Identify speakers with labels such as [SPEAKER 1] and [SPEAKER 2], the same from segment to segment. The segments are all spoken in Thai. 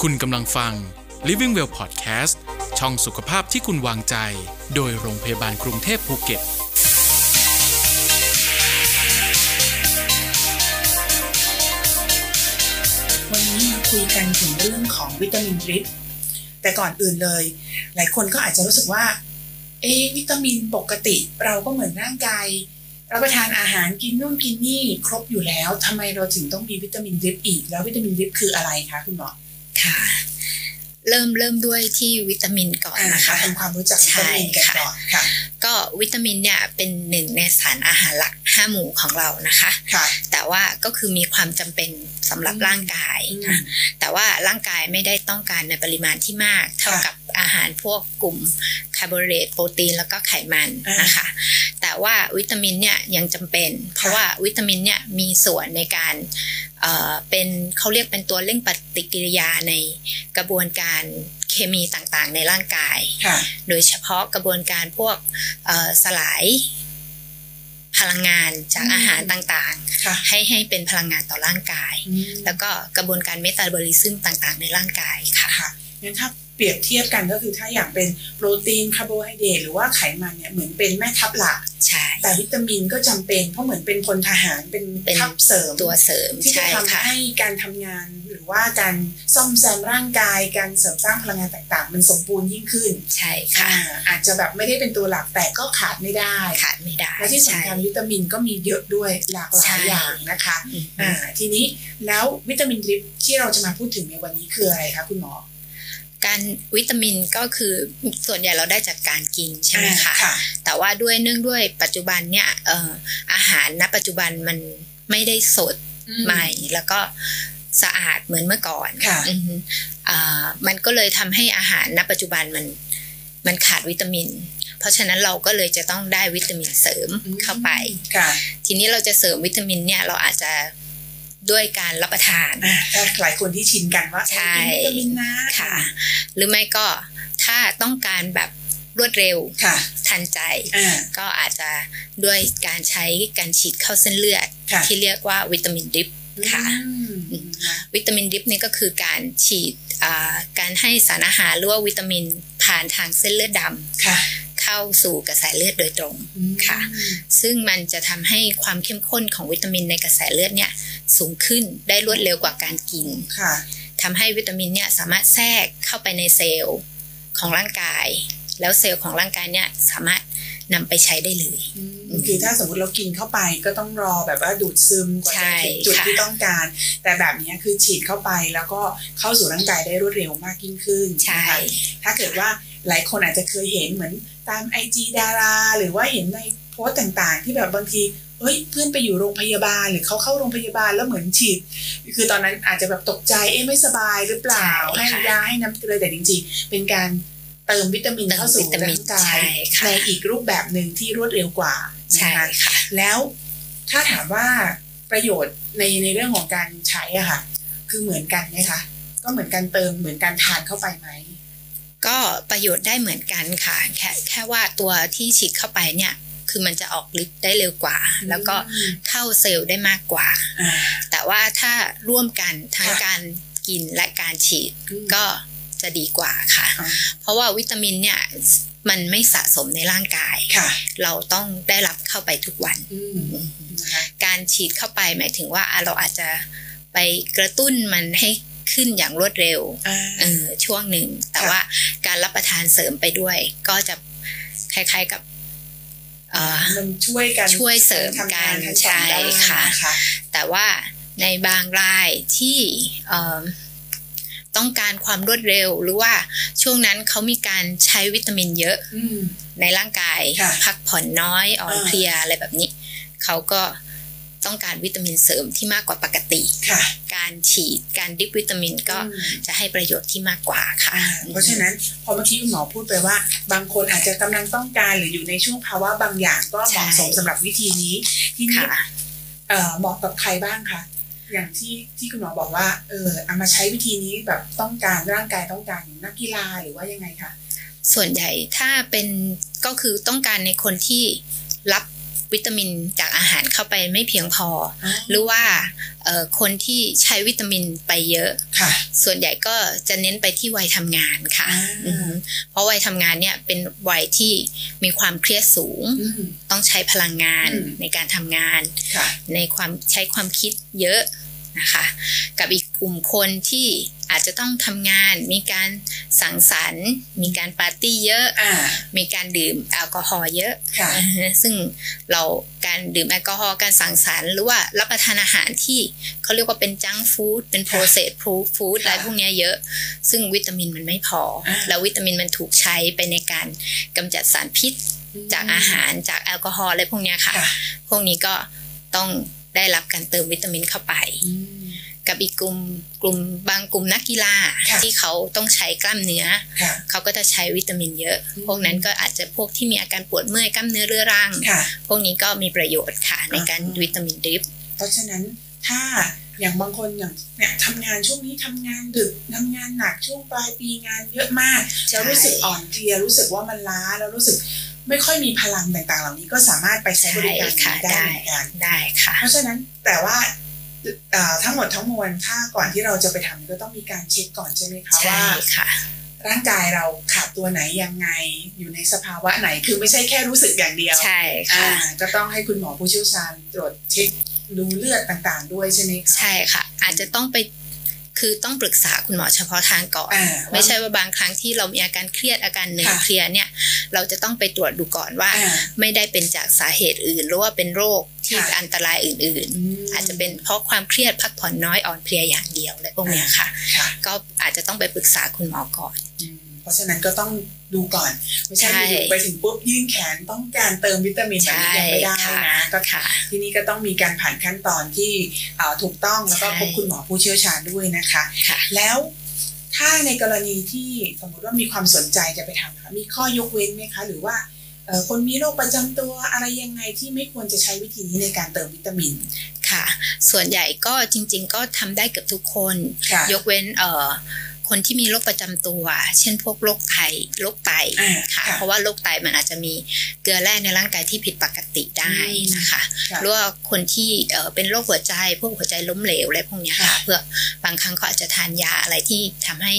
[SPEAKER 1] คุณกำลังฟัง Living Well Podcast ช่องสุขภาพที่คุณวางใจ โดยโรงพยาบาลกรุงเทพภูเก็ต
[SPEAKER 2] วันนี้มาคุยกันถึงเรื่องของวิตามินดริปแต่ก่อนอื่นเลย หลายคนก็อาจจะรู้สึกว่า เอะวิตามินปกติเราก็เหมือนร่างกายรับประทานอาหารกินนู่นกินนี่ครบอยู่แล้วทำไมเราถึงต้องมีวิตามินดริปอีก แล้ววิตามินดริปคืออะไรคะคุณหมอ
[SPEAKER 3] ค่ะเริ่มเริ่มด้วยที่วิตามินก่อน
[SPEAKER 2] อ่า
[SPEAKER 3] นะคะ
[SPEAKER 2] ทำความรู้จักวิตามินกันก่อนค่ะ
[SPEAKER 3] ก็วิตามินเนี่ยเป็นหนึ่งในสารอาหารหลัก 5 หมู่ของเรานะคะ
[SPEAKER 2] ค่ะ
[SPEAKER 3] แต่ว่าก็คือมีความจำเป็นสำหรับ
[SPEAKER 2] อืม
[SPEAKER 3] ร่างกาย
[SPEAKER 2] อืม
[SPEAKER 3] นะแต่ว่าร่างกายไม่ได้ต้องการในปริมาณที่มาก เท่า
[SPEAKER 2] ค่ะ
[SPEAKER 3] กับอาหารพวกกลุ่มคาร์โบไฮเดรตโปรตีนแล้วก็ไขมัน
[SPEAKER 2] อ่าน
[SPEAKER 3] นะคะ แต่ว่าวิตามินเนี่ยยังจำเป็น เพราะว่าวิตามินเนี่ยมีส่วนในการเอ่อเป็นเขาเรียกเป็นตัวเร่งปฏิกิริยาในกระบวนการเคมีต่างๆ ในร่างกาย
[SPEAKER 2] ค่ะ
[SPEAKER 3] โดยเฉพาะกระบวนการพวกเอ่อสลายพลังงานจาก
[SPEAKER 2] อืม
[SPEAKER 3] อาหารต่าง
[SPEAKER 2] ค่ะ
[SPEAKER 3] ๆ ให้ให้เป็นพลังงานต่อร่างกาย
[SPEAKER 2] อืม
[SPEAKER 3] แล้วก็กระบวนการเมตาบอลิซึมต่างๆ ในร่างกายค่ะ
[SPEAKER 2] ค่ะงั้นถ้าเปรียบเทียบกันก็คือถ้าอย่างเป็นโปรตีนคาร์โบไฮเดรตหรือว่าไขมันเนี่ยเหมือนเป็นแม่ทัพหลัก
[SPEAKER 3] ใช่
[SPEAKER 2] แต่วิตามินก็จำเป็นเพราะเหมือนเป็นพลทหารเป็น
[SPEAKER 3] เป็น
[SPEAKER 2] ทัพเสริม
[SPEAKER 3] ตัวเสริม
[SPEAKER 2] ที่จะ
[SPEAKER 3] ใช่
[SPEAKER 2] ทำ
[SPEAKER 3] ค่ะ
[SPEAKER 2] ให้การทำงานหรือว่าการซ่อมแซมร่างกาย การเสริมสร้างพลังงานต่างๆ มันสมบูรณ์ยิ่งขึ้น
[SPEAKER 3] ใช่ค่ะ
[SPEAKER 2] อ่าอาจจะแบบไม่ได้เป็นตัวหลักแต่ก็ขาดไม่ได้
[SPEAKER 3] ขาดไม่ได้
[SPEAKER 2] และที่สำคัญ
[SPEAKER 3] ใช่
[SPEAKER 2] วิตามินก็มีเยอะด้วยหลากห
[SPEAKER 3] ใช่
[SPEAKER 2] ลายอย่างนะคะ
[SPEAKER 3] อืม
[SPEAKER 2] อ่าทีนี้แล้ววิตามินลิปที่เราจะมาพูดถึงในวันนี้คืออะไรคะคุณหมอ
[SPEAKER 3] การวิตามินก็คือส่วนใหญ่เราได้จากการกินใช่ไหม
[SPEAKER 2] อ่า
[SPEAKER 3] คะ
[SPEAKER 2] ค่ะ
[SPEAKER 3] แต่ว่าด้วยเนื่องด้วยปัจจุบันเนี่ยเอ่ออาหารณปัจจุบันมันไม่ได้สด ใหม่แล้วก็สะอาดเหมือนเมื่อก่อน
[SPEAKER 2] ค่ะ
[SPEAKER 3] อือฮึอ่ามันก็เลยทำให้อาหารณปัจจุบันมันมันขาดวิตามิน เพราะฉะนั้นเราก็เลยจะต้องได้วิตามินเสริม
[SPEAKER 2] อืม
[SPEAKER 3] เข้าไป
[SPEAKER 2] ค่ะ
[SPEAKER 3] ทีนี้เราจะเสริมวิตามินเนี่ยเราอาจจะด้วยการรับประทาน
[SPEAKER 2] อ่าถ้าหลายคนที่ชินกันว่า
[SPEAKER 3] ใช่
[SPEAKER 2] เออกินวิตามินนะ
[SPEAKER 3] ค่ะ หรือไม่ก็ถ้าต้องการแบบรวดเร็ว
[SPEAKER 2] ค่ะ
[SPEAKER 3] ทันใจ
[SPEAKER 2] อ่า
[SPEAKER 3] ก็อาจจะด้วยการใช้การฉีดเข้าเส้นเลือด
[SPEAKER 2] ค่ะ
[SPEAKER 3] ที่เรียกว่าวิตามินดริป ค่ะ
[SPEAKER 2] อืมนะคะ
[SPEAKER 3] วิตามินดริปนี่ก็คือการฉีดอ่าการให้สารอาหารหรือว่าวิตามินผ่านทางเส้นเลือดด
[SPEAKER 2] ค่ะ
[SPEAKER 3] ำเข้าสู่กระแสเลือดโดยตรง
[SPEAKER 2] อืม
[SPEAKER 3] ค่ะ ซึ่งมันจะทำให้ความเข้มข้นของวิตามินในกระแสเลือดเนี่ยสูงขึ้นได้รวดเร็วกว่าการกิน
[SPEAKER 2] ค่ะ
[SPEAKER 3] ทำให้วิตามินเนี่ยสามารถแทรกเข้าไปในเซลล์ของร่างกาย แล้วเซลล์ของร่างกายเนี่ยสามารถนำไปใช้ได้เลย
[SPEAKER 2] อืมคือถ้าสมมติเรากินเข้าไปก็ต้องรอแบบว่าดูดซึมกว่า
[SPEAKER 3] ใช่
[SPEAKER 2] จะถึงจุด
[SPEAKER 3] ค่ะ
[SPEAKER 2] ที่ต้องการ แต่แบบนี้คือฉีดเข้าไปแล้วก็เข้าสู่ร่างกายได้รวดเร็วมากยิ่งขึ้น
[SPEAKER 3] ใช่
[SPEAKER 2] นะคะถ้าเกิดว่าหลายคนอาจจะเคยเห็นเหมือนตามไอจีดารา หรือว่าเห็นในโพสต์ต่างๆ ที่แบบบางทีเอ้ยเพื่อนไปอยู่โรงพยาบาลหรือเขาเข้าโรงพยาบาลแล้วเหมือนฉีด คือตอนนั้นอาจจะแบบตกใจเอ๊ะไม่สบายหรือเปล่า
[SPEAKER 3] ใช่
[SPEAKER 2] ให้
[SPEAKER 3] ค่ะ
[SPEAKER 2] ยาให้น้ำเกลือแต่จริงๆ เป็นการเติมวิตามิน
[SPEAKER 3] เติม
[SPEAKER 2] เข้าสู่
[SPEAKER 3] วิตามิ
[SPEAKER 2] ร่านงกา
[SPEAKER 3] ใช่
[SPEAKER 2] ย
[SPEAKER 3] ค่ะ
[SPEAKER 2] ในอีกรูปแบบหนึ่งที่รวดเร็วกว่า
[SPEAKER 3] ใช่
[SPEAKER 2] นะคะ
[SPEAKER 3] ค่ะ
[SPEAKER 2] แล้วถ้าถามว่าประโยชน์ในในเรื่องของการใช้อะค่ะ คือเหมือนกันไหมคะ ก็เหมือนการเติมเหมือนการทานเข้าไปไหม
[SPEAKER 3] ก็ประโยชน์ได้เหมือนกันค่ะแค่แค่ว่าตัวที่ฉีดเข้าไปเนี่ย คือมันจะออกฤทธิ์ได้เร็วกว่า แล้วก็
[SPEAKER 2] อืม
[SPEAKER 3] เข้าเซลล์ได้มากกว่า
[SPEAKER 2] อ่า
[SPEAKER 3] แต่ว่าถ้าร่วมกันทั้ง
[SPEAKER 2] ค่ะ
[SPEAKER 3] การกินและการฉีด
[SPEAKER 2] ก็
[SPEAKER 3] ก็จะดีกว่าค่ะ เพราะว่าวิตามินเนี่ยมันไม่สะสมในร่างกาย
[SPEAKER 2] ค่ะ
[SPEAKER 3] เราต้องได้รับเข้าไปทุกวัน
[SPEAKER 2] อืมนะคะ
[SPEAKER 3] การฉีดเข้าไปหมายถึงว่าอ่ะเราอาจจะไปกระตุ้นมันให้ขึ้นอย่างรวดเร็ว
[SPEAKER 2] อ่า
[SPEAKER 3] เออช่วงหนึ่งแต่
[SPEAKER 2] ค่ะ
[SPEAKER 3] ว่าการรับประทานเสริมไปด้วย ก็จะคล้ายๆกับเอ่อ
[SPEAKER 2] มันช่วยกัน
[SPEAKER 3] ช่วยเสริมกัน
[SPEAKER 2] ทำงานทั้งสองด้าน
[SPEAKER 3] ใช่ค่ะ
[SPEAKER 2] นะคะ
[SPEAKER 3] แต่ว่าในบางรายที่เอ่อต้องการความรวดเร็ว หรือว่าช่วงนั้นเขามีการใช้วิตามินเยอะ
[SPEAKER 2] อืม
[SPEAKER 3] ในร่างกาย
[SPEAKER 2] ค่ะ
[SPEAKER 3] พักผ่อนน้อยอ่อน
[SPEAKER 2] อ่า
[SPEAKER 3] เพลียอะไรแบบนี้ เขาก็ต้องการวิตามินเสริมที่มากกว่าปกติ
[SPEAKER 2] ค่ะ
[SPEAKER 3] การฉีดการดริปวิตามินก็
[SPEAKER 2] อืม
[SPEAKER 3] จะให้ประโยชน์ที่มากกว่าค่ะ
[SPEAKER 2] อ่าเพราะฉะนั้นพอเมื่อกี้คุณหมอพูดไปว่า บางคนอาจจะกำลังต้องการหรืออยู่ในช่วงภาวะบางอย่างก็เหมาะ
[SPEAKER 3] ใช่
[SPEAKER 2] สมสำหรับวิธีนี้ ที่นี่
[SPEAKER 3] ค่ะ
[SPEAKER 2] เอ่อเหมาะกับใครบ้างคะอย่างที่ที่คุณหมอบอกว่าเออเอามาใช้วิธีนี้แบบต้องการร่างกายต้องการอย่างนักกีฬาหรือว่ายังไงคะ
[SPEAKER 3] ส่วนใหญ่ถ้าเป็นก็คือต้องการในคนที่รับ วิตามินจากอาหารเข้าไปไม่เพียงพอ
[SPEAKER 2] อ๋อ
[SPEAKER 3] หรือว่าเอ่อคนที่ใช้วิตามินไปเยอะ
[SPEAKER 2] ค่ะ
[SPEAKER 3] ส่วนใหญ่ก็จะเน้นไปที่วัยทำงานค่ะ
[SPEAKER 2] อ่า
[SPEAKER 3] อือฮึเพราะวัยทำงานเนี่ยเป็นวัยที่มีความเครียดสูง
[SPEAKER 2] อืม
[SPEAKER 3] ต้องใช้พลังงาน
[SPEAKER 2] อืม
[SPEAKER 3] ในการทำงาน
[SPEAKER 2] ค่ะ
[SPEAKER 3] ในความใช้ความคิดเยอะนะคะ กับอีกกลุ่มคนที่อาจจะต้องทำงาน มีการสังสรรค์ มีการปาร์ตี้เยอะ
[SPEAKER 2] อ่า
[SPEAKER 3] มีการดื่มแอลกอฮอล์เยอะ
[SPEAKER 2] ค่ะ
[SPEAKER 3] อ่าฮะซึ่งเราการดื่มแอลกอฮอล์การสังสรรค์หรือว่ารับประทานอาหารที่เขาเรียกว่าเป็นจังฟู้ดเป็นโปรเซสฟู้ด
[SPEAKER 2] ค่ะ
[SPEAKER 3] อะไรพวกเนี้ยเยอะ ซึ่งวิตามินมันไม่พอ
[SPEAKER 2] อ่า
[SPEAKER 3] แล้ววิตามินมันถูกใช้ไปในการกำจัดสารพิษ จากอาหารจากแอลกอฮอล์อะไรพวกเนี้ยค่ะ
[SPEAKER 2] ค่ะ
[SPEAKER 3] พวกนี้ก็ต้องได้รับการเติมวิตามินเข้าไป
[SPEAKER 2] อืม
[SPEAKER 3] กับอีกกลุ่มกลุ่มบางกลุ่มนักกีฬา
[SPEAKER 2] ค่ะ
[SPEAKER 3] ที่เขาต้องใช้กล้ามเนื้อ
[SPEAKER 2] ค่ะ
[SPEAKER 3] เขาก็จะใช้วิตามินเยอะ
[SPEAKER 2] อืม
[SPEAKER 3] พวกนั้นก็อาจจะพวกที่มีอาการปวดเมื่อยกล้ามเนื้อเรื้อรัง
[SPEAKER 2] ค่ะ
[SPEAKER 3] พวกนี้ก็มีประโยชน์ค่ะในการ
[SPEAKER 2] อ่า
[SPEAKER 3] วิตามินดริป
[SPEAKER 2] เพราะฉะนั้นถ้าอย่างบางคนอย่างเนี่ยทำงานช่วงนี้ทำงานดึกทำงานหนักช่วงปลายปีงานเยอะมาก
[SPEAKER 3] ใช่
[SPEAKER 2] แล้วรู้สึกอ่อนเพลียรู้สึกว่ามันล้าแล้วรู้สึกไม่ค่อยมีพลังต่างๆ เหล่านี้ก็สามารถไปใช้บ
[SPEAKER 3] ใช่
[SPEAKER 2] ริการ
[SPEAKER 3] ค่ะ
[SPEAKER 2] นี้ได้
[SPEAKER 3] ได้
[SPEAKER 2] เหมือนกัน
[SPEAKER 3] ได้ค่ะ
[SPEAKER 2] เพราะฉะนั้นแต่ว่าเอ่อทั้งหมดทั้งมวลถ้าก่อนที่เราจะไปทำก็ต้องมีการเช็คก่อนใช่ไหมคะ
[SPEAKER 3] ใช่
[SPEAKER 2] ว่า
[SPEAKER 3] ค่ะ
[SPEAKER 2] ร่างกายเราขาดตัวไหนยังไงอยู่ในสภาวะไหนคือไม่ใช่แค่รู้สึกอย่างเดียว
[SPEAKER 3] ใช่
[SPEAKER 2] อ่า
[SPEAKER 3] ค่ะ
[SPEAKER 2] ก็ต้องให้คุณหมอผู้เชี่ยวชาญตรวจเช็คดูเลือดต่างๆ ด้วยใช่ไหมคะ
[SPEAKER 3] ใช่ค่ะ อาจจะต้องไปคือต้องปรึกษาคุณหมอเฉพาะทางก่อน
[SPEAKER 2] อ่า
[SPEAKER 3] ไม่ใช่ว่าบางครั้งที่เรามีอาการเครียดอาการเหนื่อย
[SPEAKER 2] ค่ะ
[SPEAKER 3] เพลียเนี่ยเราจะต้องไปตรวจดูก่อนว่า
[SPEAKER 2] อ่า
[SPEAKER 3] ไม่ได้เป็นจากสาเหตุอื่น หรือว่าเป็นโรคที่
[SPEAKER 2] ค่ะ
[SPEAKER 3] อันตรายอื่น
[SPEAKER 2] ม
[SPEAKER 3] ๆ อาจจะเป็นเพราะความเครียดพักผ่อนน้อยอ่อนเพลียอย่างเดียวอะไรพวกเนี้ยค่ะ
[SPEAKER 2] ค่ะ
[SPEAKER 3] ก็อาจจะต้องไปปรึกษาคุณหมอก่อน
[SPEAKER 2] อืมเพราะฉะนั้นก็ต้องดูก่อน ไม่ใช่
[SPEAKER 3] ใช่
[SPEAKER 2] อยู่ๆไปถึงปุ๊บยื่นแขนต้องการเติมวิตามินแบบนี้ยังไม่ได้
[SPEAKER 3] ใช่ค่ะ
[SPEAKER 2] นะก็
[SPEAKER 3] ค่ะ
[SPEAKER 2] ที่นี่ก็ต้องมีการผ่านขั้นตอนที่เอ่อถูกต้องแล้วก็
[SPEAKER 3] ใช่
[SPEAKER 2] พบคุณหมอผู้เชี่ยวชาญด้วยนะคะ
[SPEAKER 3] ค่ะ
[SPEAKER 2] แล้วถ้าในกรณีที่สมมติว่ามีความสนใจจะไปทำค่ะมีข้อยกเว้นไหมคะ หรือว่าเอ่อคนมีโรคประจำตัวอะไรยังไงที่ไม่ควรจะใช้วิธีนี้ในการเติมวิตามิน
[SPEAKER 3] ค่ะ ส่วนใหญ่ก็จริง ๆ ก็ทำได้เกือบทุกคน
[SPEAKER 2] ค่ะ
[SPEAKER 3] ยกเว้นเอ่อคนที่มีโรคประจำตัว เช่นพวกโรคไตโรคไต
[SPEAKER 2] อ่า
[SPEAKER 3] ค่ะ
[SPEAKER 2] ค่ะ
[SPEAKER 3] เพราะว่าโรคไตมันอาจจะมีเกลือแร่ในร่างกายที่ผิดปกติได้นะคะ
[SPEAKER 2] ค่ะ
[SPEAKER 3] หรือว่าคนที่เอ่อเป็นโรคหัวใจ พวกหัวใจล้มเหลวอะไรพวกเนี้ยค่ะ
[SPEAKER 2] ค่ะ
[SPEAKER 3] เพื่อบางครั้งเขาอาจจะทานยาอะไรที่ทำให้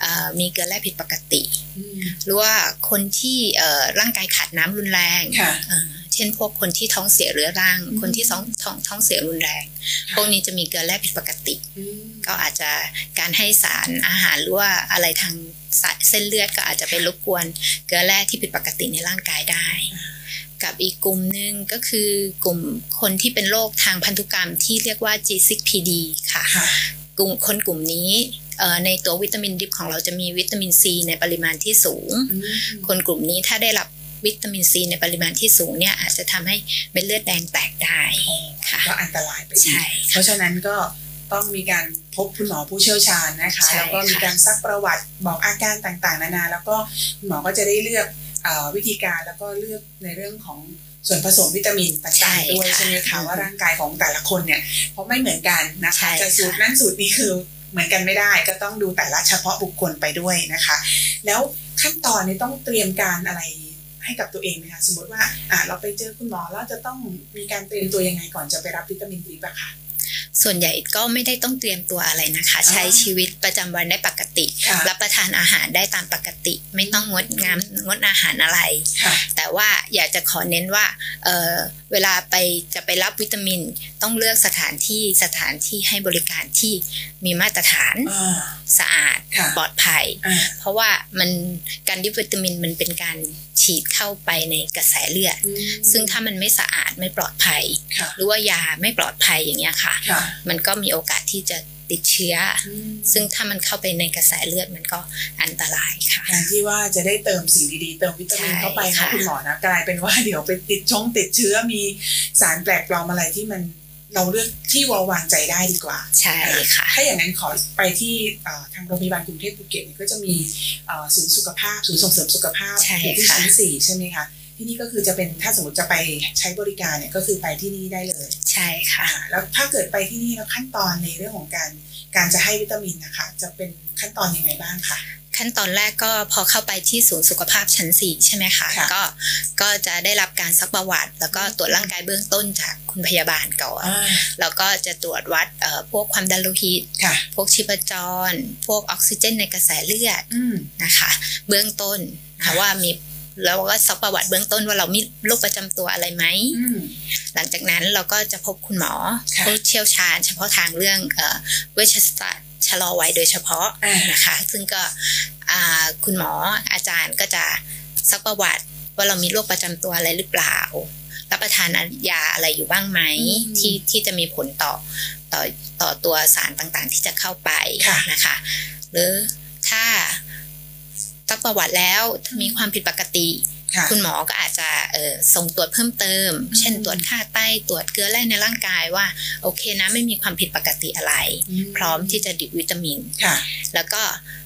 [SPEAKER 3] เอ่อมีเกลือแร่ผิดปกติ
[SPEAKER 2] อืม
[SPEAKER 3] หรือว่าคนที่เอ่อร่างกายขาดน้ำรุนแรง
[SPEAKER 2] ค่ะ
[SPEAKER 3] เอ่อเช่นพวกคนที่ท้องเสียเรื้อรัง
[SPEAKER 2] อืม
[SPEAKER 3] คนที่ท้องท้องท้องเสียรุนแรง
[SPEAKER 2] ค่ะ
[SPEAKER 3] พวกนี้จะมีเกลือแร่ผิดปกติ
[SPEAKER 2] อืม
[SPEAKER 3] ก็อาจจะการให้สารอาหารหรือว่าอะไรทางสายเส้นเลือดก็อาจจะไปรบกวนเกลือแร่ที่ผิดปกติในร่างกายได้ กับอีกกลุ่มหนึ่งก็คือกลุ่มคนที่เป็นโรคทางพันธุกรรมที่เรียกว่า G6PD ค่ะ
[SPEAKER 2] ค่ะ
[SPEAKER 3] กลุ่มคนกลุ่มนี้เอ่อในตัววิตามินดิบของเราจะมีวิตามินซีในปริมาณที่สูง
[SPEAKER 2] อืม
[SPEAKER 3] คนกลุ่มนี้ถ้าได้รับวิตามินซีในปริมาณที่สูงเนี่ยอาจจะทำให้เม็ดเลือดแดงแตกได้ค่ะ
[SPEAKER 2] ก็อันตรายไปอี
[SPEAKER 3] ใช่
[SPEAKER 2] กเพ
[SPEAKER 3] ค่ะ
[SPEAKER 2] ราะฉะนั้นก็ต้องมีการพบคุณหมอผู้เชี่ยวชาญนะคะ
[SPEAKER 3] ใช่
[SPEAKER 2] แล้วก็มี
[SPEAKER 3] ค่ะ
[SPEAKER 2] การซักประวัติบอกอาการต่างๆ นานา แล้วก็คุณหมอก็จะได้เลือกเอ่อวิธีการแล้วก็เลือกในเรื่องของส่วนผสมวิตามิน
[SPEAKER 3] ใช่
[SPEAKER 2] ต่างๆด้วย
[SPEAKER 3] ค่ะ
[SPEAKER 2] ใช่ไหมคะ
[SPEAKER 3] อืม
[SPEAKER 2] ว่าร่างกายของแต่ละคนเนี่ยเพราะไม่เหมือนกันนะคะ
[SPEAKER 3] ใช่
[SPEAKER 2] จะสูตร
[SPEAKER 3] ค่ะ
[SPEAKER 2] นั้นสูตรนี้คือเหมือนกันไม่ได้ก็ต้องดูแต่ละเฉพาะบุคคลไปด้วยนะคะ แล้วขั้นตอนนี้ต้องเตรียมการอะไรให้กับตัวเองไหมคะสมมติว่าอ่ะเราไปเจอคุณหมอแล้วจะต้องมีการเตรียมตัวยังไงก่อนจะไปรับวิตามินดีป่ะคะ
[SPEAKER 3] ส่วนใหญ่ก็ไม่ได้ต้องเตรียมตัวอะไรนะคะ ใช้ชีวิตประจำวันได้ปกติ
[SPEAKER 2] ค่ะ
[SPEAKER 3] รับประทานอาหารได้ตามปกติ ไม่ต้องงดงามงดอาหารอะไร
[SPEAKER 2] ค่ะ
[SPEAKER 3] แต่ว่าอยากจะขอเน้นว่าเอ่อเวลาไปจะไปรับวิตามิน ต้องเลือกสถานที่สถานที่ให้บริการที่มีมาตรฐาน
[SPEAKER 2] อ่า
[SPEAKER 3] สะอาด
[SPEAKER 2] ค่ะ
[SPEAKER 3] ปลอดภัย
[SPEAKER 2] อ่า
[SPEAKER 3] เพราะว่ามันการดิบวิตามินมันเป็นการฉีดเข้าไปในกระแสเลือด
[SPEAKER 2] อืม
[SPEAKER 3] ซึ่งถ้ามันไม่สะอาดไม่ปลอดภัย
[SPEAKER 2] ค่ะ
[SPEAKER 3] หรือว่ายาไม่ปลอดภัยอย่างเงี้ยค่ะ
[SPEAKER 2] ค่ะ
[SPEAKER 3] มันก็มีโอกาสที่จะติดเชื้อ
[SPEAKER 2] อืม
[SPEAKER 3] ซึ่งถ้ามันเข้าไปในกระแสเลือดมันก็อันตรายค่ะ
[SPEAKER 2] แทนที่ว่าจะได้เติมสิ่งดีๆ เติมวิตามิน
[SPEAKER 3] ใช่
[SPEAKER 2] เข้าไป
[SPEAKER 3] ค่ะ
[SPEAKER 2] นะคุณหมอนะกลายเป็นว่าเดี๋ยวไปติดช่องติดเชื้อมีสารแปลกปลอมอะไรที่มันเราเลือกที่เราวางใจได้ดีกว่า
[SPEAKER 3] ใช่ค่ะ
[SPEAKER 2] ถ้าอย่างนั้นขอไปที่เอ่อทางโรงพยาบาลกรุงเทพภูเก็ตเนี่ยก็จะมีเอ่อศูนย์สุขภาพ ศูนย์ส่งเสริมสุขภาพ
[SPEAKER 3] ใช่
[SPEAKER 2] อยู่ที่
[SPEAKER 3] ค่ะ
[SPEAKER 2] ชั้นสี่ใช่ไหมคะ ที่นี่ก็คือจะเป็นถ้าสมมติจะไปใช้บริการเนี่ยก็คือไปที่นี่ได้เลย
[SPEAKER 3] ใช่ค่ะ
[SPEAKER 2] อ่าแล้วถ้าเกิดไปที่นี่แล้วขั้นตอนในเรื่องของการการจะให้วิตามินนะคะ จะเป็นขั้นตอนยังไงบ้างคะ
[SPEAKER 3] ขั้นตอนแรกก็พอเข้าไปที่ศูนย์สุขภาพชั้น 4 ใช่ไหมคะ
[SPEAKER 2] ค่ะ
[SPEAKER 3] ก็ก็จะได้รับการซักประวัติ แล้วก็ตรวจร่างกายเบื้องต้นจากคุณพยาบาลก่อน
[SPEAKER 2] อ่า
[SPEAKER 3] แล้วก็จะตรวจวัดเอ่อพวกความดันโลหิต
[SPEAKER 2] ค่ะ
[SPEAKER 3] พวกชีพจร พวกออกซิเจนในกระแสเลือด
[SPEAKER 2] อืม
[SPEAKER 3] นะคะเบื้องต้นนะ
[SPEAKER 2] ค่ะ
[SPEAKER 3] ว่ามีแล้วก็ซักประวัติเบื้องต้นว่าเรามีโรคประจำตัวอะไรไหม
[SPEAKER 2] อืม
[SPEAKER 3] หลังจากนั้นเราก็จะพบคุณหมอ
[SPEAKER 2] ค่ะ
[SPEAKER 3] ผู้เชี่ยวชาญ เฉพาะทางเรื่องเอ่อเวชศาสตร์ชะลอวัยโดยเฉพาะ
[SPEAKER 2] อ่า
[SPEAKER 3] นะคะ ซึ่งก็อ่าคุณหมออาจารย์ก็จะซักประวัติว่าเรามีโรคประจำตัวอะไรหรือเปล่า รับประทานยาอะไรอยู่บ้างไหม
[SPEAKER 2] อืม
[SPEAKER 3] ที่ที่จะมีผลต่อต่อต่อตัวสารต่างๆ ที่จะเข้าไป
[SPEAKER 2] ค่ะ
[SPEAKER 3] นะคะ หรือถ้าซักประวัติแล้วถ้ามีความผิดปกติ
[SPEAKER 2] ค่ะ
[SPEAKER 3] คุณหมอก็อาจจะเอ่อส่งตรวจเพิ่มเติม
[SPEAKER 2] อืม
[SPEAKER 3] เช่นตรวจค่าไตตรวจเกลือแร่ในร่างกายว่าโอเคนะไม่มีความผิดปกติอะไร พร้อมที่จะดื่มวิตามิน
[SPEAKER 2] ค่ะ
[SPEAKER 3] แล้วก็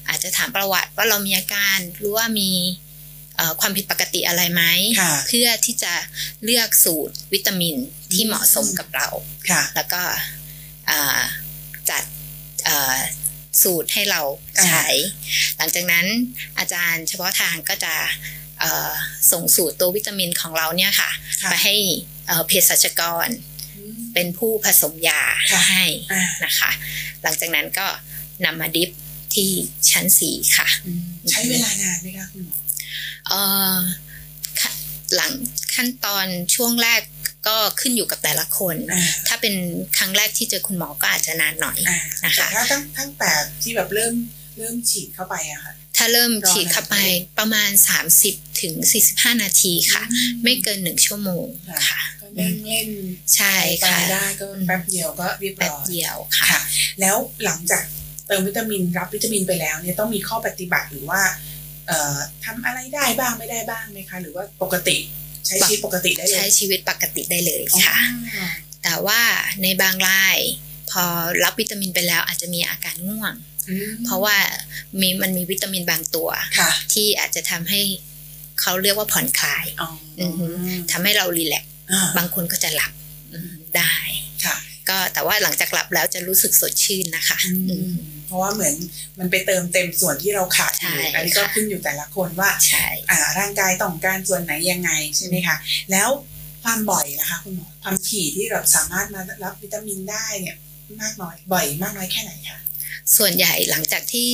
[SPEAKER 3] อาจจะถามประวัติว่าเรามีอาการหรือว่ามีเอ่อความผิดปกติอะไรไหม
[SPEAKER 2] ค่ะ
[SPEAKER 3] เพื่อที่จะเลือกสูตรวิตามินที่เหมาะสมกับเรา
[SPEAKER 2] ค่ะ
[SPEAKER 3] แล้วก็อ่าจัดอ่าสูตรให้เราใช้ หลังจากนั้นอาจารย์เฉพาะทางก็จะเอ่อส่งสูตรตัววิตามินของเราเนี่ยค่ะ
[SPEAKER 2] ค่ะ
[SPEAKER 3] ไปให้เอ่อเภสัชกร
[SPEAKER 2] อืม
[SPEAKER 3] เป็นผู้ผสมยา
[SPEAKER 2] ค่ะ
[SPEAKER 3] ให้
[SPEAKER 2] อ่า
[SPEAKER 3] นะคะ หลังจากนั้นก็นำมาดริฟที่ชั้นสี่ค่ะ
[SPEAKER 2] อืมใช้เวลานานไหมคะคุณหมอ
[SPEAKER 3] เอ่อขั้นหลังขั้นตอนช่วงแรกก็ขึ้นอยู่กับแต่ละคน
[SPEAKER 2] อ่า
[SPEAKER 3] ถ้าเป็นครั้งแรกที่เจอคุณหมอก็อาจจะนานหน่อย
[SPEAKER 2] อ่า
[SPEAKER 3] นะคะ
[SPEAKER 2] แต่ถ้าตั้งตั้งแต่ที่แบบเริ่มเริ่มฉีดเข้าไปอะค่ะ
[SPEAKER 3] ถ้าเริ่ม
[SPEAKER 2] รอ
[SPEAKER 3] ฉีดเข้าไป
[SPEAKER 2] นานไหม
[SPEAKER 3] ประมาณ 30ถึง45 นาทีค่ะ ไม่เกินหนึ่งชั่วโมงค่ะ
[SPEAKER 2] ก็นั่งเล่น
[SPEAKER 3] ใช่
[SPEAKER 2] ไป
[SPEAKER 3] ค่ะ
[SPEAKER 2] ได้ก็แป๊บเดียวก็เรียบ
[SPEAKER 3] แป๊บ
[SPEAKER 2] ร้อย
[SPEAKER 3] เดียวค่ะ
[SPEAKER 2] ค่ะ แล้วหลังจากเติมวิตามินรับวิตามินไปแล้วเนี่ยต้องมีข้อปฏิบัติหรือว่าเอ่อทำอะไรได้บ้างไม่ได้บ้างไหมคะ หรือว่าปกติใช้ชีวิตปกติได้เล
[SPEAKER 3] ใช้
[SPEAKER 2] ย
[SPEAKER 3] ชีวิตปกติได้เลยค่ะ
[SPEAKER 2] อ๋อ
[SPEAKER 3] แต่ว่าในบางรายพอรับวิตามินไปแล้วอาจจะมีอาการง่วง
[SPEAKER 2] อืม
[SPEAKER 3] เพราะว่ามีมันมีวิตามินบางตัว
[SPEAKER 2] ค่ะ
[SPEAKER 3] ที่อาจจะทำให้เขาเรียกว่าผ่อนคลาย
[SPEAKER 2] อ๋ออ
[SPEAKER 3] ทำให้เรารีแลกซ์
[SPEAKER 2] อ่า
[SPEAKER 3] บางคนก็จะหลับอืมได้
[SPEAKER 2] ค่ะ
[SPEAKER 3] ก็แต่ว่าหลังจากหลับแล้วจะรู้สึกสดชื่นนะคะ
[SPEAKER 2] อืม
[SPEAKER 3] อืม
[SPEAKER 2] เพราะว่าเหมือนมันไปเติมเต็มส่วนที่เราขาดอยู่
[SPEAKER 3] ใช่
[SPEAKER 2] อันนี้ก็
[SPEAKER 3] ค่ะ
[SPEAKER 2] ขึ้นอยู่แต่ละคนว่า
[SPEAKER 3] ใช่
[SPEAKER 2] อ่าร่างกายต้องการส่วนไหนยังไงใช่ไหมคะแล้วความบ่อยนะคะคุณหมอความถี่ที่เราสามารถมารับวิตามินได้เนี่ยมากน้อยบ่อยมากน้อยแค่ไหนคะ
[SPEAKER 3] ส่วนใหญ่หลังจากที่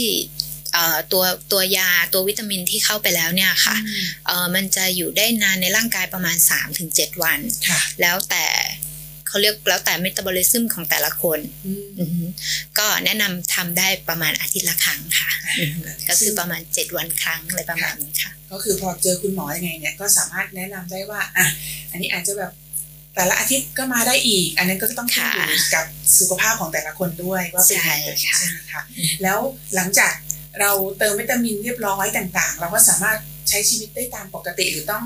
[SPEAKER 3] เอ่อตัวตัวยาตัววิตามินที่เข้าไปแล้วเนี่ยค่ะเอ่อมันจะอยู่ได้นานในร่างกายประมาณ 3-7 วัน
[SPEAKER 2] ค่ะ
[SPEAKER 3] แล้วแต่เขาเรียกแล้วแต่เมตาบอลิซึมของแต่ละคน
[SPEAKER 2] อืม
[SPEAKER 3] อือฮึก็แนะนำทำได้ประมาณอาทิตย์ละครั้งค่ะอือฮึก็คือประมาณ 7 วันครั้งอะไรประมาณนี้ค่ะ
[SPEAKER 2] ก็คือพอเจอคุณหมอยังไงเนี่ยก็สามารถแนะนำได้ว่าอ่ะอันนี้อาจจะแบบแต่ละอาทิตย์ก็มาได้อีก อันนั้นก็ต้องขึ้นอยู่
[SPEAKER 3] ค่ะ
[SPEAKER 2] กับสุขภาพของแต่ละคนด้วยว่าเป็นยังไง
[SPEAKER 3] ใช่ค่ะ
[SPEAKER 2] ใช่ไหมคะแล้วหลังจากเราเติมวิตามินเรียบร้อยต่างๆ เราก็สามารถใช้ชีวิตได้ตามปกติหรือต้อง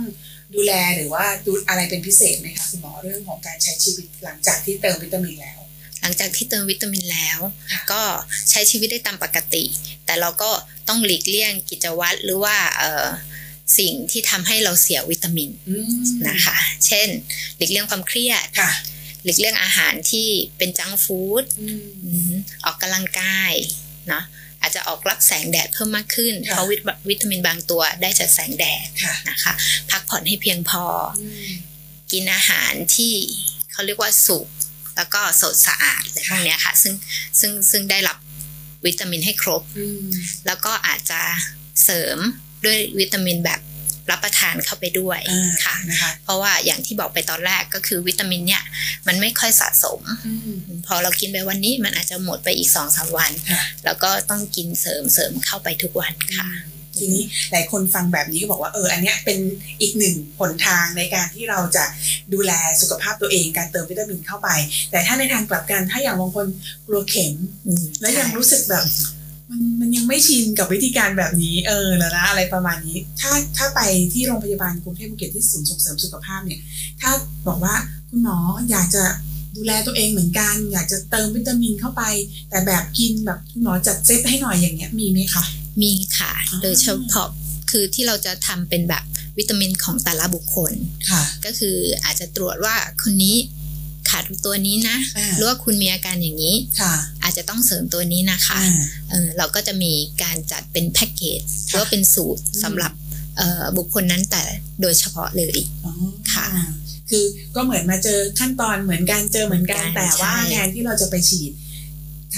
[SPEAKER 2] ดูแลหรือว่าดูอะไรเป็นพิเศษไหมคะคุณหมอเรื่องของการใช้ชีวิตหลังจากที่เติมวิตามินแล้ว
[SPEAKER 3] หลังจากที่เติมวิตามินแล้ว
[SPEAKER 2] ค่ะ
[SPEAKER 3] ก็ใช้ชีวิตได้ตามปกติ แต่เราก็ต้องหลีกเลี่ยงกิจวัตรหรือว่าเอ่อสิ่งที่ทำให้เราเสียวิตามิน
[SPEAKER 2] อืม
[SPEAKER 3] นะคะ เช่น หลีกเลี่ยงความเครียด
[SPEAKER 2] ค่ะ
[SPEAKER 3] หลีกเลี่ยงอาหารที่เป็นจังก์ฟู้ด
[SPEAKER 2] อืม
[SPEAKER 3] อืมออกกำลังกายเนาะ อาจจะออกรับแสงแดดเพิ่มมากขึ้น
[SPEAKER 2] ค่ะ
[SPEAKER 3] เพราะวิตวิตามินบางตัวได้จากแสงแดด
[SPEAKER 2] ค่ะ
[SPEAKER 3] นะคะ พักผ่อนให้เพียงพอ
[SPEAKER 2] อืม
[SPEAKER 3] กินอาหารที่เขาเรียกว่าสุก แล้วก็สดสะอาดอะไรพวกเนี้ยค่ะ ซึ่งซึ่งซึ่งได้รับวิตามินให้ครบ
[SPEAKER 2] อืม
[SPEAKER 3] แล้วก็อาจจะเสริมด้วยวิตามินแบบรับประทานเข้าไปด้วย
[SPEAKER 2] อ่า
[SPEAKER 3] ค่ะ
[SPEAKER 2] นะคะ
[SPEAKER 3] เพราะว่าอย่างที่บอกไปตอนแรกก็คือวิตามินเนี่ยมันไม่ค่อยสะสม
[SPEAKER 2] อืม
[SPEAKER 3] พอเรากินไปวันนี้มันอาจจะหมดไปอีก2อสวัน
[SPEAKER 2] ค่ะ
[SPEAKER 3] แล้วก็ต้องกินเสริมเสริมเข้าไปทุกวันค่ะ
[SPEAKER 2] ทีนี้หลายคนฟังแบบนี้ก็บอกว่าเอออันเนี้ยเป็นอีกหนึ่งหนทางในการที่เราจะดูแลสุขภาพตัวเองการเติมวิตามินเข้าไป แต่ถ้าในทางกลับกันถ้าอย่างบางคนกลัวเข็ม
[SPEAKER 3] อืม
[SPEAKER 2] และยัง
[SPEAKER 3] ใช่
[SPEAKER 2] รู้สึกแบบ มันมันยังไม่ชินกับวิธีการแบบนี้เออแล้วนะอะไรประมาณนี้ ถ้าถ้าไปที่โรงพยาบาลกรุงเทพภูเก็ตที่ศูนย์ส่งเสริมสุขภาพเนี่ย ถ้าบอกว่าคุณหมออยากจะดูแลตัวเองเหมือนกัน อยากจะเติมวิตามินเข้าไป แต่แบบกินแบบคุณหมอจัดเซตให้หน่อยอย่างเงี้ยมีไหมคะ
[SPEAKER 3] มีค่ะ
[SPEAKER 2] อ๋อ
[SPEAKER 3] โดยเฉพาะคือที่เราจะทำเป็นแบบวิตามินของแต่ละบุคคล
[SPEAKER 2] ค่ะ
[SPEAKER 3] ก็คืออาจจะตรวจว่าคนนี้ขาดตัวนี้นะ
[SPEAKER 2] อ่า
[SPEAKER 3] หรือว่าคุณมีอาการอย่างนี้
[SPEAKER 2] ค่ะ
[SPEAKER 3] อา จจะต้องเสริมตัวนี้นะคะ
[SPEAKER 2] อ่า
[SPEAKER 3] เอ่อเราก็จะมีการจัดเป็นแพ็กเกจหรือว่าเป็นสูตร
[SPEAKER 2] อืม
[SPEAKER 3] สำหรับเอ่อบุคคลนั้นแต่โดยเฉพาะเลย
[SPEAKER 2] อ๋อ
[SPEAKER 3] ค่ะ
[SPEAKER 2] คือก็เหมือนมาเจอขั้นตอนเหมือนกันเจอเหมือนกัน
[SPEAKER 3] เหมือนกัน
[SPEAKER 2] แต่ว่า
[SPEAKER 3] ใช่
[SPEAKER 2] แทนที่เราจะไปฉีด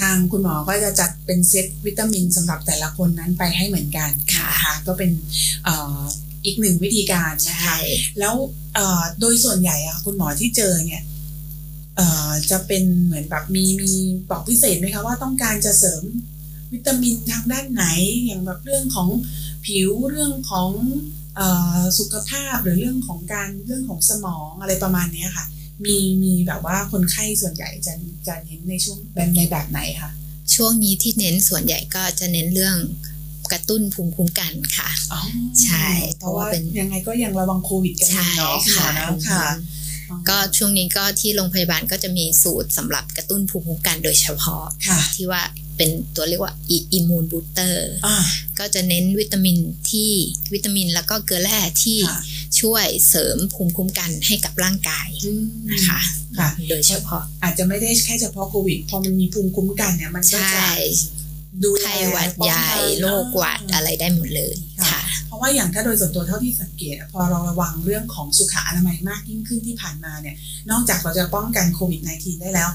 [SPEAKER 2] ทางคุณหมอก็จะจัดเป็นเซตวิตามินสำหรับแต่ละคนนั้นไปให้เหมือนกันนะคะก็เป็นเอ่ออีกหนึ่งวิธีการนะคะ แล้วเอ่อโดยส่วนใหญ่อะคุณหมอที่เจอเนี่ยเอ่อจะเป็นเหมือนแบบมีมีบอกพิเศษไหมคะว่าต้องการจะเสริมวิตามินทางด้านไหนอย่างแบบเรื่องของผิวเรื่องของเอ่อสุขภาพหรือเรื่องของการเรื่องของสมองอะไรประมาณเนี้ยค่ะ มีมีแบบว่าคนไข้ส่วนใหญ่จะจะเน้นในช่วงแบบในแบบไหนคะ
[SPEAKER 3] ช่วงนี้ที่เน้นส่วนใหญ่ก็จะเน้นเรื่องกระตุ้นภูมิคุ้มกันค่ะ
[SPEAKER 2] อ๋อ
[SPEAKER 3] ใช่
[SPEAKER 2] เพราะว่า
[SPEAKER 3] เพราะว่าเป็น
[SPEAKER 2] ยังไงก็ยังระวังโควิดกันอ
[SPEAKER 3] ใช่
[SPEAKER 2] ยู่เนาะคุณหม
[SPEAKER 3] ค่ะ
[SPEAKER 2] อนะค่ะ
[SPEAKER 3] ก็ช่วงนี้ก็ที่โรงพยาบาลก็จะมีสูตรสำหรับกระตุ้นภูมิคุ้มกันโดยเฉพาะ
[SPEAKER 2] ค่ะ
[SPEAKER 3] ที่ว่าเป็นตัวเรียกว่าอิมูนบูสเตอร์
[SPEAKER 2] อ่า
[SPEAKER 3] ก็จะเน้นวิตามินที่วิตามินแล้วก็เกลือแร่ที่
[SPEAKER 2] ค่ะ
[SPEAKER 3] ช่วยเสริมภูมิคุ้มกันให้กับร่างกาย
[SPEAKER 2] อืม
[SPEAKER 3] นะคะ
[SPEAKER 2] ค่ะ
[SPEAKER 3] โดยเฉพาะ
[SPEAKER 2] อาจจะไม่ได้แค่เฉพาะโควิด พอมันมีภูมิคุ้มกันเนี่ยมันก็
[SPEAKER 3] ใช่
[SPEAKER 2] จะดูแล
[SPEAKER 3] ไข้หวัด
[SPEAKER 2] ป้อง
[SPEAKER 3] ใหญ่
[SPEAKER 2] กัน
[SPEAKER 3] โรคหวัด
[SPEAKER 2] อ่า
[SPEAKER 3] อะไรได้หมดเลย
[SPEAKER 2] ค่ะ
[SPEAKER 3] ค่ะ
[SPEAKER 2] เพราะว่าอย่างถ้าโดยส่วนตัวเท่าที่สังเกตอะพอเราระวังเรื่องของสุขอนามัยมากยิ่งขึ้นที่ผ่านมาเนี่ยนอกจากเราจะป้องกันโควิด -19 ได้แล้ว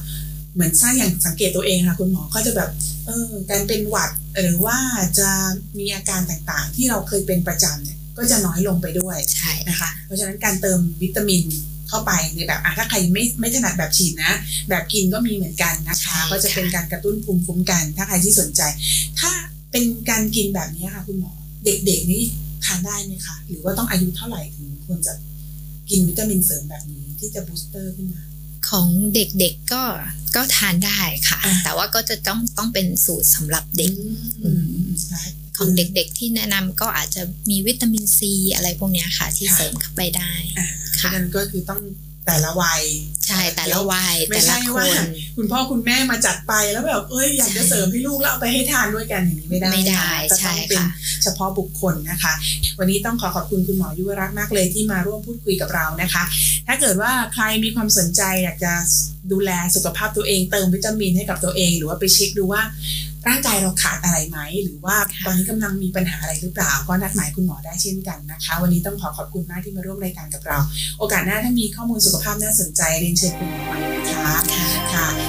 [SPEAKER 2] เหมือนสร้างอย่างสังเกตตัวเองค่ะคุณหมอก็จะแบบเออการเป็นหวัดหรือว่าจะมีอาการต่างๆ ที่เราเคยเป็นประจำเนี่ยก็จะน้อยลงไปด้วย
[SPEAKER 3] ใช่
[SPEAKER 2] นะคะเพราะฉะนั้นการเติมวิตามินเข้าไปในแบบอ่ะถ้าใครไม่ไม่ถนัดแบบฉีดนะ แบบกินก็มีเหมือนกันนะคะ ก็จะเป็นการกระตุ้นภูมิคุ้มกัน ถ้าใครที่สนใจ ถ้าเป็นการกินแบบนี้ค่ะ คุณหมอเด็กๆนี่ทานได้ไหมคะหรือว่าต้องอายุเท่าไหร่ถึงควรจะกินวิตามินเสริมแบบนี้ที่จะบูสเตอร์ขึ้นมา
[SPEAKER 3] ของเด็กๆก็ก็ทานได้ค่ะ
[SPEAKER 2] อ่า
[SPEAKER 3] แต่ว่าก็จะต้องต้องเป็นสูตรสำหรับเด็ก
[SPEAKER 2] อืมใช่
[SPEAKER 3] ของเด็กๆที่แนะนำก็อาจจะมีวิตามินซีอะไรพวกเนี้ยค่ะ ที่
[SPEAKER 2] ค่ะ
[SPEAKER 3] เสริมเข้าไปได้
[SPEAKER 2] อ่าเพราะ
[SPEAKER 3] ค่ะ
[SPEAKER 2] ฉะนั้นก็คือต้องแต่ละวัย
[SPEAKER 3] ใช่แต่ละวัย
[SPEAKER 2] ไม่
[SPEAKER 3] แต่
[SPEAKER 2] ใช่
[SPEAKER 3] ละค
[SPEAKER 2] ว่า
[SPEAKER 3] น
[SPEAKER 2] คุณพ่อคุณแม่มาจัดไปแล้วแบบเอ้ยอยากจะเสริมให้ลูกแล้วเอาไปให้ทานด้วยกันอย่างนี้ไม่ได้
[SPEAKER 3] ไม่ได้
[SPEAKER 2] นะก็
[SPEAKER 3] ใช่
[SPEAKER 2] ต้อง
[SPEAKER 3] ค่ะ
[SPEAKER 2] เป็นเฉพาะบุคคลนะคะ วันนี้ต้องขอขอบคุณคุณหมอยุวรักษ์มากเลยที่มาร่วมพูดคุยกับเรานะคะ ถ้าเกิดว่าใครมีความสนใจอยากจะดูแลสุขภาพตัวเอง เติมวิตามินให้กับตัวเอง หรือว่าไปเช็คดูว่าร่างกายเราขาดอะไรไหม หรือว่าตอนนี้กำลังมีปัญหาอะไรหรือเปล่า ก็นัดหมายคุณหมอได้เช่นกันนะคะ วันนี้ต้องขอขอบคุณมากที่มาร่วมรายการกับเรา โอกาสหน้าถ้ามีข้อมูลสุขภาพน่าสนใจเรียนเชิญคุณหมอใหม่นะคะ
[SPEAKER 3] ค่ะ
[SPEAKER 2] ค่ะ